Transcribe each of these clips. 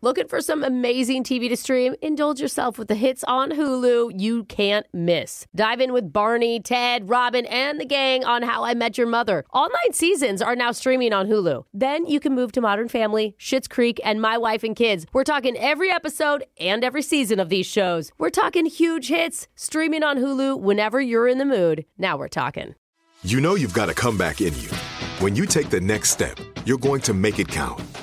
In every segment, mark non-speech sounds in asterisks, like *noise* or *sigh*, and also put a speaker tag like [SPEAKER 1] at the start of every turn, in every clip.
[SPEAKER 1] Looking for some amazing TV to stream? Indulge yourself with the hits on Hulu you can't miss. Dive in with Barney, Ted, Robin, and the gang on How I Met Your Mother. All nine seasons are now streaming on Hulu. Then you can move to Modern Family, Schitt's Creek, and My Wife and Kids. We're talking every episode and every season of these shows. We're talking huge hits streaming on Hulu whenever you're in the mood. Now we're talking.
[SPEAKER 2] You know you've got a comeback in you. When you take the next step, you're going to make it count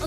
[SPEAKER 3] A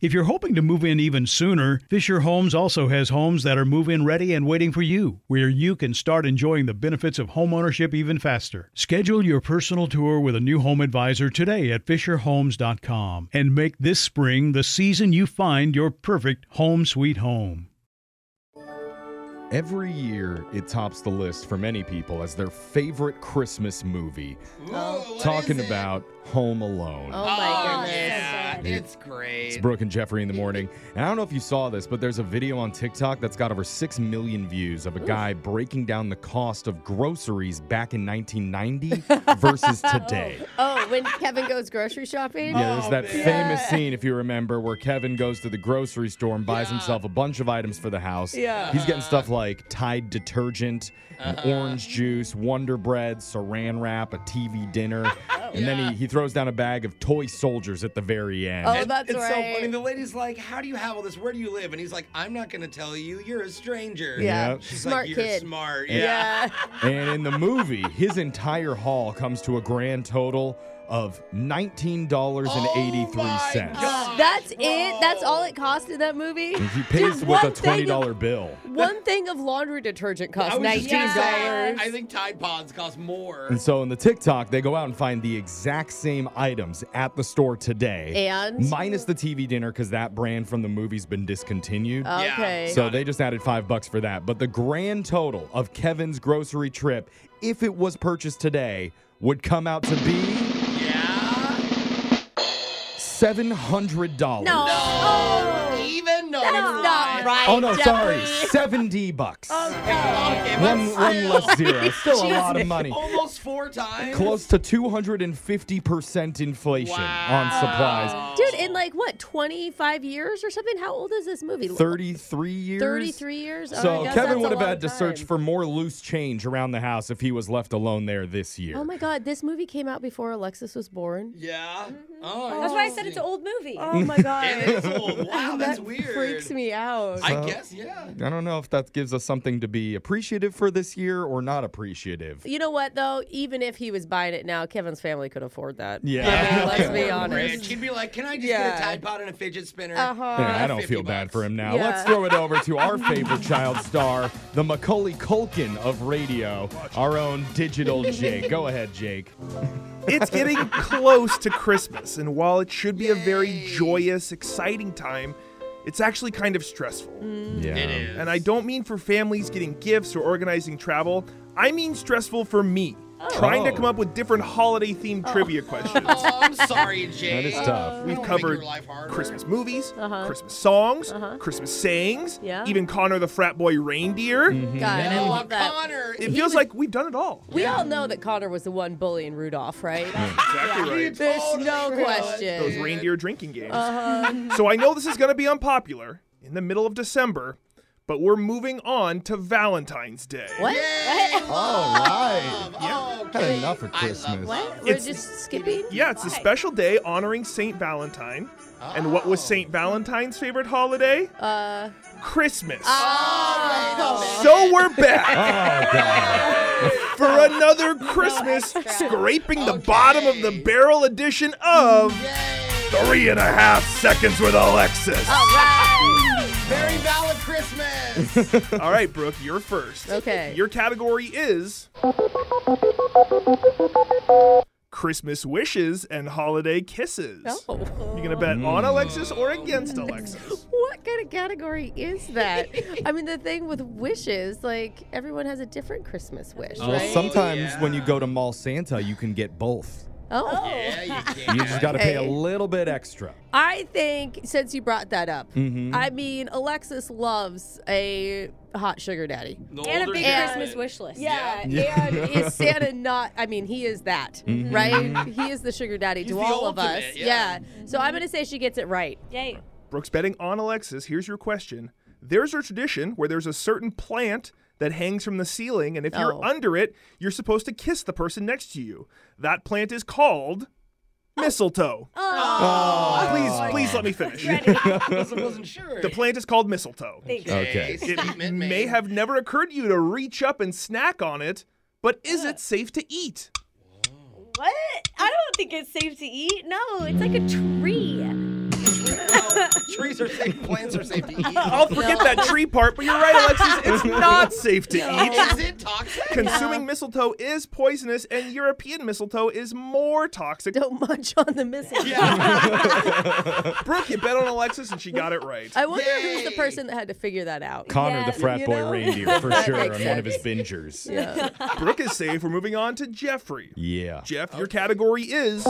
[SPEAKER 4] If you're hoping to move in even sooner, Fisher Homes also has homes that are move in ready and waiting for you, where you can start enjoying the benefits of homeownership even faster. Schedule your personal tour with a new home advisor today at FisherHomes.com and make this spring the season you find your perfect home sweet home.
[SPEAKER 5] Every year, it tops the list for many people as their favorite Christmas movie. Talking about Home Alone.
[SPEAKER 1] Oh my goodness.
[SPEAKER 6] It's great.
[SPEAKER 5] It's Brooke and Jeffrey in the morning. And I don't know if you saw this, but there's a video on TikTok that's got over 6 million views of a guy breaking down the cost of groceries back
[SPEAKER 1] *laughs*
[SPEAKER 5] in 1990 versus today.
[SPEAKER 1] Oh, when Kevin goes grocery shopping?
[SPEAKER 5] Yeah, there's that famous scene, if you remember, where Kevin goes to the grocery store and buys himself a bunch of items for the house. Yeah. He's getting stuff like Tide detergent, and
[SPEAKER 1] Uh-huh.
[SPEAKER 5] orange juice, Wonder Bread, saran wrap, a TV
[SPEAKER 1] *laughs*
[SPEAKER 5] dinner.
[SPEAKER 1] Oh,
[SPEAKER 5] And then he, he throws down a bag of toy soldiers at the very end.
[SPEAKER 1] Oh, that's
[SPEAKER 6] it's
[SPEAKER 1] right.
[SPEAKER 6] so funny. The lady's like, "How do you have all this? Where do you live?" And he's like, "I'm not going to tell you. You're a stranger."
[SPEAKER 1] yeah.
[SPEAKER 5] Yep.
[SPEAKER 6] She's
[SPEAKER 1] Smart
[SPEAKER 6] like, "You're
[SPEAKER 1] kid.
[SPEAKER 6] smart."
[SPEAKER 1] Yeah.
[SPEAKER 5] And in the movie, his entire haul comes to a grand total of nineteen dollars and eighty-three
[SPEAKER 1] Oh,
[SPEAKER 5] cents.
[SPEAKER 1] That's it? That's all it cost in that movie?
[SPEAKER 5] He pays
[SPEAKER 1] Dude,
[SPEAKER 5] with a
[SPEAKER 1] one thing-
[SPEAKER 5] twenty-dollar bill.
[SPEAKER 1] One thing of laundry detergent costs
[SPEAKER 6] I was just
[SPEAKER 1] nineteen
[SPEAKER 6] gonna say,
[SPEAKER 1] dollars.
[SPEAKER 6] I think Tide Pods cost more.
[SPEAKER 5] And so in the TikTok, they go out and find the exact same items at the store today,
[SPEAKER 1] And
[SPEAKER 5] minus the TV dinner because that brand from the movie's been discontinued.
[SPEAKER 1] okay,
[SPEAKER 5] So they just added five bucks for that. But the grand total of Kevin's grocery trip, if it was purchased today, would come out to be
[SPEAKER 6] Yeah.
[SPEAKER 5] seven hundred dollars.
[SPEAKER 3] Oh,
[SPEAKER 1] no,
[SPEAKER 6] Even no.
[SPEAKER 1] that's not right.
[SPEAKER 5] Oh no, sorry,
[SPEAKER 1] Jeffrey.
[SPEAKER 5] seventy bucks.
[SPEAKER 1] Oh,
[SPEAKER 6] Okay, but
[SPEAKER 5] One, one
[SPEAKER 6] still,
[SPEAKER 5] less zero. Still a lot
[SPEAKER 1] *laughs*
[SPEAKER 5] of
[SPEAKER 1] Oh
[SPEAKER 5] money.
[SPEAKER 6] Almost four times.
[SPEAKER 5] Close to 250% inflation on supplies.
[SPEAKER 1] Dude, in like what, twenty five years or something? How old is this movie?
[SPEAKER 5] 33 years?
[SPEAKER 1] Thirty three years. Oh, I
[SPEAKER 5] So
[SPEAKER 1] guess that's
[SPEAKER 5] Kevin
[SPEAKER 1] a
[SPEAKER 5] would have
[SPEAKER 1] long
[SPEAKER 5] had to search
[SPEAKER 1] time.
[SPEAKER 5] for more loose change around the house if he was left alone there this year.
[SPEAKER 1] Oh my god, this movie came out before Alexis was born. Oh
[SPEAKER 6] Yeah.
[SPEAKER 1] Mm-hmm.
[SPEAKER 6] Oh,
[SPEAKER 3] That's why I said it's an old movie.
[SPEAKER 1] my
[SPEAKER 6] *laughs*
[SPEAKER 1] god.
[SPEAKER 6] It is old. Wow, that's weird.
[SPEAKER 1] Freaks me out.
[SPEAKER 6] I guess, yeah.
[SPEAKER 5] I don't know if that gives us something to be appreciative for this year or not appreciative.
[SPEAKER 1] you know what though? Even if he was buying it now, Kevin's family could afford that.
[SPEAKER 5] Yeah.
[SPEAKER 1] I mean, let's be
[SPEAKER 6] *laughs* We're
[SPEAKER 1] honest.
[SPEAKER 6] rich. He'd be like, "Can I just
[SPEAKER 1] Yeah.
[SPEAKER 6] get a Tide Pod and a fidget spinner?"
[SPEAKER 1] Uh-huh.
[SPEAKER 5] Yeah, I don't
[SPEAKER 6] 50
[SPEAKER 5] feel bad
[SPEAKER 6] bucks.
[SPEAKER 5] for him now.
[SPEAKER 1] Yeah.
[SPEAKER 5] Let's throw it over
[SPEAKER 1] *laughs*
[SPEAKER 5] to our favorite child star, the Macaulay Culkin of radio, our own
[SPEAKER 1] *laughs*
[SPEAKER 5] digital Jake. Go ahead, Jake.
[SPEAKER 7] It's getting close to Christmas, and while it should be a very joyous, exciting time, it's actually kind of stressful.
[SPEAKER 1] Mm.
[SPEAKER 5] Yeah. It
[SPEAKER 6] is.
[SPEAKER 7] And I don't mean for families getting gifts or organizing travel, I mean stressful for me. Trying to
[SPEAKER 5] Oh.
[SPEAKER 7] come up with different holiday themed trivia questions.
[SPEAKER 6] Oh, I'm
[SPEAKER 1] *laughs*
[SPEAKER 6] sorry, Jay.
[SPEAKER 5] That is tough.
[SPEAKER 7] We've
[SPEAKER 6] Don't make
[SPEAKER 7] covered
[SPEAKER 6] your life harder.
[SPEAKER 7] Christmas movies, Christmas songs, Christmas sayings,
[SPEAKER 1] Yeah.
[SPEAKER 7] even Connor the Frat Boy Reindeer.
[SPEAKER 1] God, I
[SPEAKER 6] Oh,
[SPEAKER 1] love that.
[SPEAKER 6] Connor.
[SPEAKER 7] It feels like we've done it all.
[SPEAKER 1] We all know that Connor was the one bullying Rudolph,
[SPEAKER 5] *laughs*
[SPEAKER 1] right?
[SPEAKER 7] Exactly right.
[SPEAKER 1] There's no
[SPEAKER 6] Totally.
[SPEAKER 1] question.
[SPEAKER 7] those
[SPEAKER 1] Uh-huh.
[SPEAKER 7] reindeer drinking games. So I know this is going to be unpopular in the middle of December, But we're moving on to Valentine's Day.
[SPEAKER 1] What? *laughs* What?
[SPEAKER 5] All right.
[SPEAKER 6] Oh,
[SPEAKER 5] Had enough of Christmas.
[SPEAKER 1] What? We're
[SPEAKER 7] It's-
[SPEAKER 1] just skipping?
[SPEAKER 7] Yeah, it's a
[SPEAKER 1] Why?
[SPEAKER 7] special day honoring St. Valentine. And what was
[SPEAKER 1] Oh.
[SPEAKER 7] St. Valentine's favorite holiday? Uh Christmas.
[SPEAKER 1] Oh,
[SPEAKER 7] So we're back
[SPEAKER 5] Oh, God.
[SPEAKER 7] for another Christmas, scraping the bottom of the barrel edition of *laughs* Three and a Half Seconds with Alexis.
[SPEAKER 1] Oh.
[SPEAKER 6] Very valid Christmas.
[SPEAKER 7] All right, Brooke, you're first.
[SPEAKER 1] Okay.
[SPEAKER 7] Your category is Christmas wishes and holiday kisses.
[SPEAKER 1] Oh.
[SPEAKER 7] You're gonna bet on Alexis or against Alexis?
[SPEAKER 1] What kind of category is that? I mean, the thing with wishes, like everyone has a different Christmas wish,
[SPEAKER 5] Well,
[SPEAKER 1] Oh, right?
[SPEAKER 5] sometimes when you go to Mall Santa, you can get both.
[SPEAKER 1] oh.
[SPEAKER 5] *laughs*
[SPEAKER 6] yeah, you
[SPEAKER 5] You
[SPEAKER 6] can.
[SPEAKER 5] just got to pay a
[SPEAKER 1] Hey.
[SPEAKER 5] little bit extra.
[SPEAKER 1] I think since you brought that up, I mean, Alexis loves a hot sugar daddy.
[SPEAKER 6] The
[SPEAKER 3] And a
[SPEAKER 6] older
[SPEAKER 3] big
[SPEAKER 6] you get,
[SPEAKER 3] Christmas wish list.
[SPEAKER 1] Yeah, Mm-hmm. and is Santa not? I mean, he is that, right? He is the sugar daddy
[SPEAKER 6] He's
[SPEAKER 1] to
[SPEAKER 6] the
[SPEAKER 1] all of us.
[SPEAKER 6] ultimate, yeah.
[SPEAKER 1] So I'm gonna say she gets it right.
[SPEAKER 3] Yay.
[SPEAKER 7] Brooks betting on Alexis. Here's your question. There's a tradition where there's a certain plant that hangs from the ceiling, and if
[SPEAKER 1] Oh.
[SPEAKER 7] you're under it, you're supposed to kiss the person next to you. That plant is called
[SPEAKER 1] Oh.
[SPEAKER 7] mistletoe. Please, please let me finish.
[SPEAKER 6] I wasn't sure.
[SPEAKER 7] The plant is called mistletoe.
[SPEAKER 5] Okay.
[SPEAKER 6] *laughs*
[SPEAKER 7] It
[SPEAKER 6] Statement
[SPEAKER 7] may
[SPEAKER 6] made.
[SPEAKER 7] have never occurred to you to reach up and snack on it, but is it safe to eat?
[SPEAKER 3] What? I don't think it's safe to eat. No, it's like a tree.
[SPEAKER 6] trees are safe. Plants are safe to eat.
[SPEAKER 7] I'll forget that tree part, but you're right, Alexis. It's not safe to eat.
[SPEAKER 6] Is it toxic?
[SPEAKER 7] Consuming mistletoe is poisonous, and European mistletoe is more toxic.
[SPEAKER 1] Don't munch on the mistletoe.
[SPEAKER 7] Brooke, you bet on Alexis, and she got it right.
[SPEAKER 1] I wonder who's the person that had to figure that out.
[SPEAKER 5] Connor,
[SPEAKER 3] Yeah,
[SPEAKER 5] the frat
[SPEAKER 1] you
[SPEAKER 5] boy
[SPEAKER 1] know?
[SPEAKER 5] reindeer,
[SPEAKER 1] *laughs*
[SPEAKER 5] for
[SPEAKER 1] That
[SPEAKER 5] sure,
[SPEAKER 1] makes
[SPEAKER 5] on one of his bingers. Yeah.
[SPEAKER 7] Brooke is safe. We're moving on to Jeffrey. Jeff, your category is.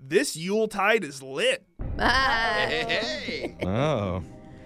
[SPEAKER 7] This Yuletide is lit.
[SPEAKER 1] Ah,
[SPEAKER 6] Hey, hey.
[SPEAKER 5] Oh.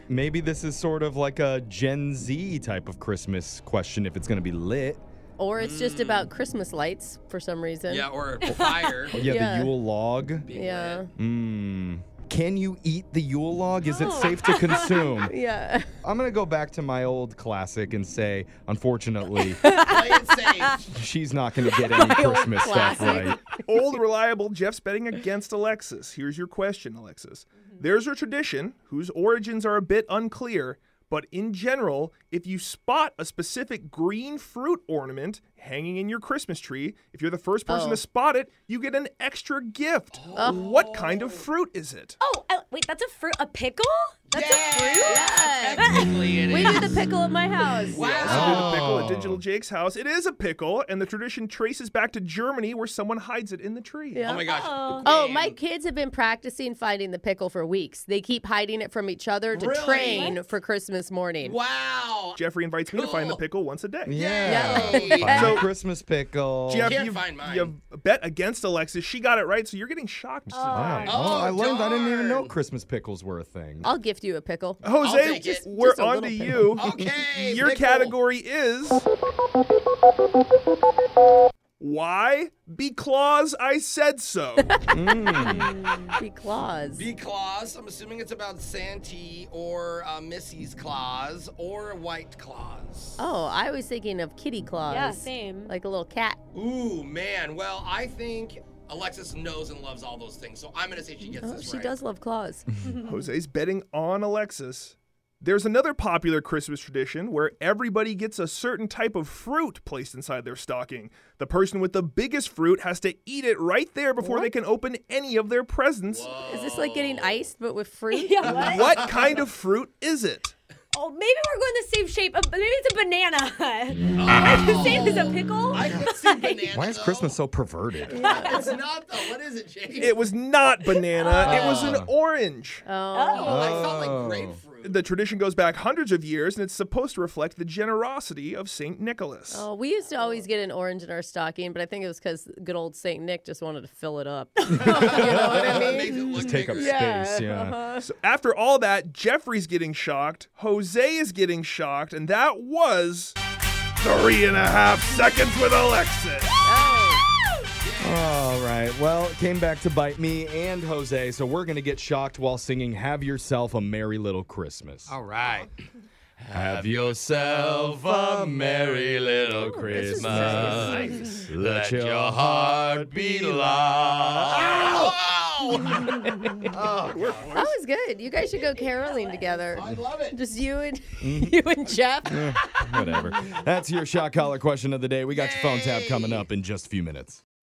[SPEAKER 5] Maybe this is sort of like a Gen Z type of Christmas question if it's going to be lit.
[SPEAKER 1] or it's just about Christmas lights for some reason.
[SPEAKER 6] Yeah, or fire.
[SPEAKER 5] Yeah,
[SPEAKER 1] Yeah.
[SPEAKER 5] the Yule log.
[SPEAKER 1] Yeah.
[SPEAKER 5] Mmm. Can you eat the Yule log? Is it
[SPEAKER 1] *gasps*
[SPEAKER 5] safe to consume?
[SPEAKER 1] Yeah.
[SPEAKER 5] I'm going to go back to my old classic and say,
[SPEAKER 1] *laughs*
[SPEAKER 5] unfortunately,
[SPEAKER 6] Play it
[SPEAKER 5] *laughs*
[SPEAKER 6] safe.
[SPEAKER 5] she's not going to get any Christmas stuff
[SPEAKER 1] classic.
[SPEAKER 5] right.
[SPEAKER 7] Old reliable Jeff's betting against Alexis. Here's your question, Alexis. There's a tradition whose origins are a bit unclear, but in general, if you spot a specific green fruit ornament hanging in your Christmas tree, if you're the first person
[SPEAKER 1] Oh.
[SPEAKER 7] to spot it, you get an extra gift. What kind of fruit is it?
[SPEAKER 3] Oh, oh, wait, that's a fruit. A pickle? That's a fruit? *laughs*
[SPEAKER 1] Yeah.
[SPEAKER 6] Technically, it
[SPEAKER 1] We
[SPEAKER 6] is.
[SPEAKER 1] do the pickle at my house.
[SPEAKER 6] Wow.
[SPEAKER 7] Do the pickle at Digital Jake's house. It is a pickle, and the tradition traces back to Germany where someone hides it in the tree.
[SPEAKER 6] Oh my gosh.
[SPEAKER 1] Oh, my kids have been practicing finding the pickle for weeks. They keep hiding it from each other to
[SPEAKER 6] Really?
[SPEAKER 1] train for Christmas morning.
[SPEAKER 6] Wow.
[SPEAKER 7] Jeffrey invites me to find the
[SPEAKER 6] Cool.
[SPEAKER 7] pickle once a day.
[SPEAKER 5] Yeah.
[SPEAKER 6] Yay.
[SPEAKER 5] Find a
[SPEAKER 7] So-
[SPEAKER 5] Christmas pickle.
[SPEAKER 7] Jeff,
[SPEAKER 6] Can't
[SPEAKER 7] you've,
[SPEAKER 6] find mine.
[SPEAKER 7] you've bet against Alexis. She got it right, so you're getting shocked.
[SPEAKER 5] Wow.
[SPEAKER 7] tonight.
[SPEAKER 5] Oh, I learned I didn't even know
[SPEAKER 6] darn.
[SPEAKER 5] Christmas pickles were a thing.
[SPEAKER 1] I'll gift you a pickle.
[SPEAKER 7] Jose,
[SPEAKER 6] take it.
[SPEAKER 7] we're
[SPEAKER 1] Just a
[SPEAKER 7] on to
[SPEAKER 1] little
[SPEAKER 7] you.
[SPEAKER 6] Okay,
[SPEAKER 7] Your
[SPEAKER 6] pickle.
[SPEAKER 7] category is why? Because I
[SPEAKER 1] *laughs*
[SPEAKER 7] said so.
[SPEAKER 3] Oh.
[SPEAKER 1] Be claws.
[SPEAKER 6] B claws. I'm assuming it's about Santee or uh, Missy's claws or White claws.
[SPEAKER 1] Oh, I was thinking of kitty claws.
[SPEAKER 3] Yeah, same.
[SPEAKER 1] Like a little cat.
[SPEAKER 6] Ooh man. Well, I think Alexis knows and loves all those things, so I'm gonna say she gets
[SPEAKER 1] Oh,
[SPEAKER 6] this
[SPEAKER 1] she
[SPEAKER 6] right.
[SPEAKER 1] does love
[SPEAKER 3] *laughs*
[SPEAKER 1] claws.
[SPEAKER 7] Jose's betting on Alexis. There's another popular Christmas tradition where everybody gets a certain type of fruit placed inside their stocking. The person with the biggest fruit has to eat it right there before they can open any of their presents.
[SPEAKER 1] Is this like getting iced but with fruit?
[SPEAKER 3] Oh. *laughs* Yeah, what?
[SPEAKER 7] What kind of fruit is it?
[SPEAKER 3] Oh, maybe we're going the same shape. Uh, Maybe it's a *laughs*
[SPEAKER 1] Oh.
[SPEAKER 3] banana. Like the same as a pickle?
[SPEAKER 6] I can see banana.
[SPEAKER 5] *laughs* Why is
[SPEAKER 6] though.
[SPEAKER 5] Christmas so perverted?
[SPEAKER 6] It's not though. What is it, James?
[SPEAKER 7] It was not banana, it was an orange.
[SPEAKER 1] Oh.
[SPEAKER 6] I felt like grapefruit.
[SPEAKER 7] The tradition goes back hundreds of years and it's supposed to reflect the generosity of St. Nicholas.
[SPEAKER 1] Oh, we used to always get an orange in our stocking, but I think it was because good old Saint Nick just wanted to fill it up. *laughs*
[SPEAKER 3] *laughs*
[SPEAKER 6] That makes it look
[SPEAKER 5] Take up
[SPEAKER 6] bigger.
[SPEAKER 5] space. Yeah. Uh-huh.
[SPEAKER 7] So after all that, Jeffrey's getting shocked, Jose is getting shocked, and that was three and a half seconds with Alexis.
[SPEAKER 5] All right. Well, it came back to bite me and Jose, so we're going to get shocked while singing Have Yourself a Merry Little Christmas.
[SPEAKER 8] All right.
[SPEAKER 5] Have yourself a merry little Christmas. Let your heart be light.
[SPEAKER 6] Oh,
[SPEAKER 9] That was good. You guys should go caroling together. I love it. Just you and *laughs* you and Jeff.
[SPEAKER 5] Whatever. That's your shock collar question of the day. We got your phone tab coming up in just a few minutes.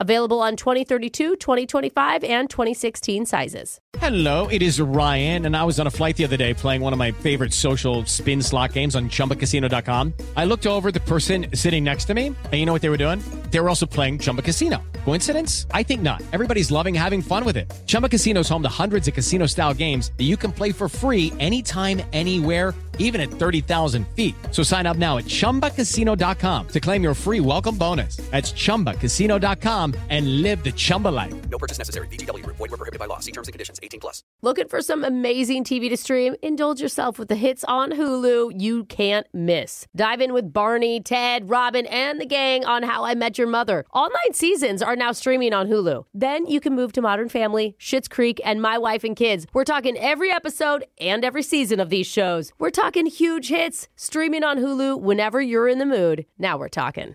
[SPEAKER 1] Available on 2032, 2025, and 2016 sizes.
[SPEAKER 6] Hello, it is Ryan, and I was on a flight the other day playing one of my favorite social spin slot games on chumbacasino.com. I looked over at the person sitting next to me, and you know what they were doing? They were also playing Chumba Casino. Coincidence? I think not. Everybody's loving having fun with it. Chumba Casino is home to hundreds of casino style games that you can play for free anytime, anywhere even at 30,000 feet. So sign up now at ChumbaCasino.com to claim your free welcome bonus. That's ChumbaCasino.com and live the Chumba life.
[SPEAKER 1] Looking for some amazing TV to stream? Indulge yourself with the hits on Hulu you can't miss. Dive in with Barney, Ted, Robin, and the gang on How I Met Your Mother. All nine seasons are now streaming on Hulu. Then you can move to Modern Family, Schitt's Creek, and My Wife and Kids. We're talking every episode and every season of these shows. We're talking huge hits, streaming on Hulu whenever you're in the mood. Now we're talking.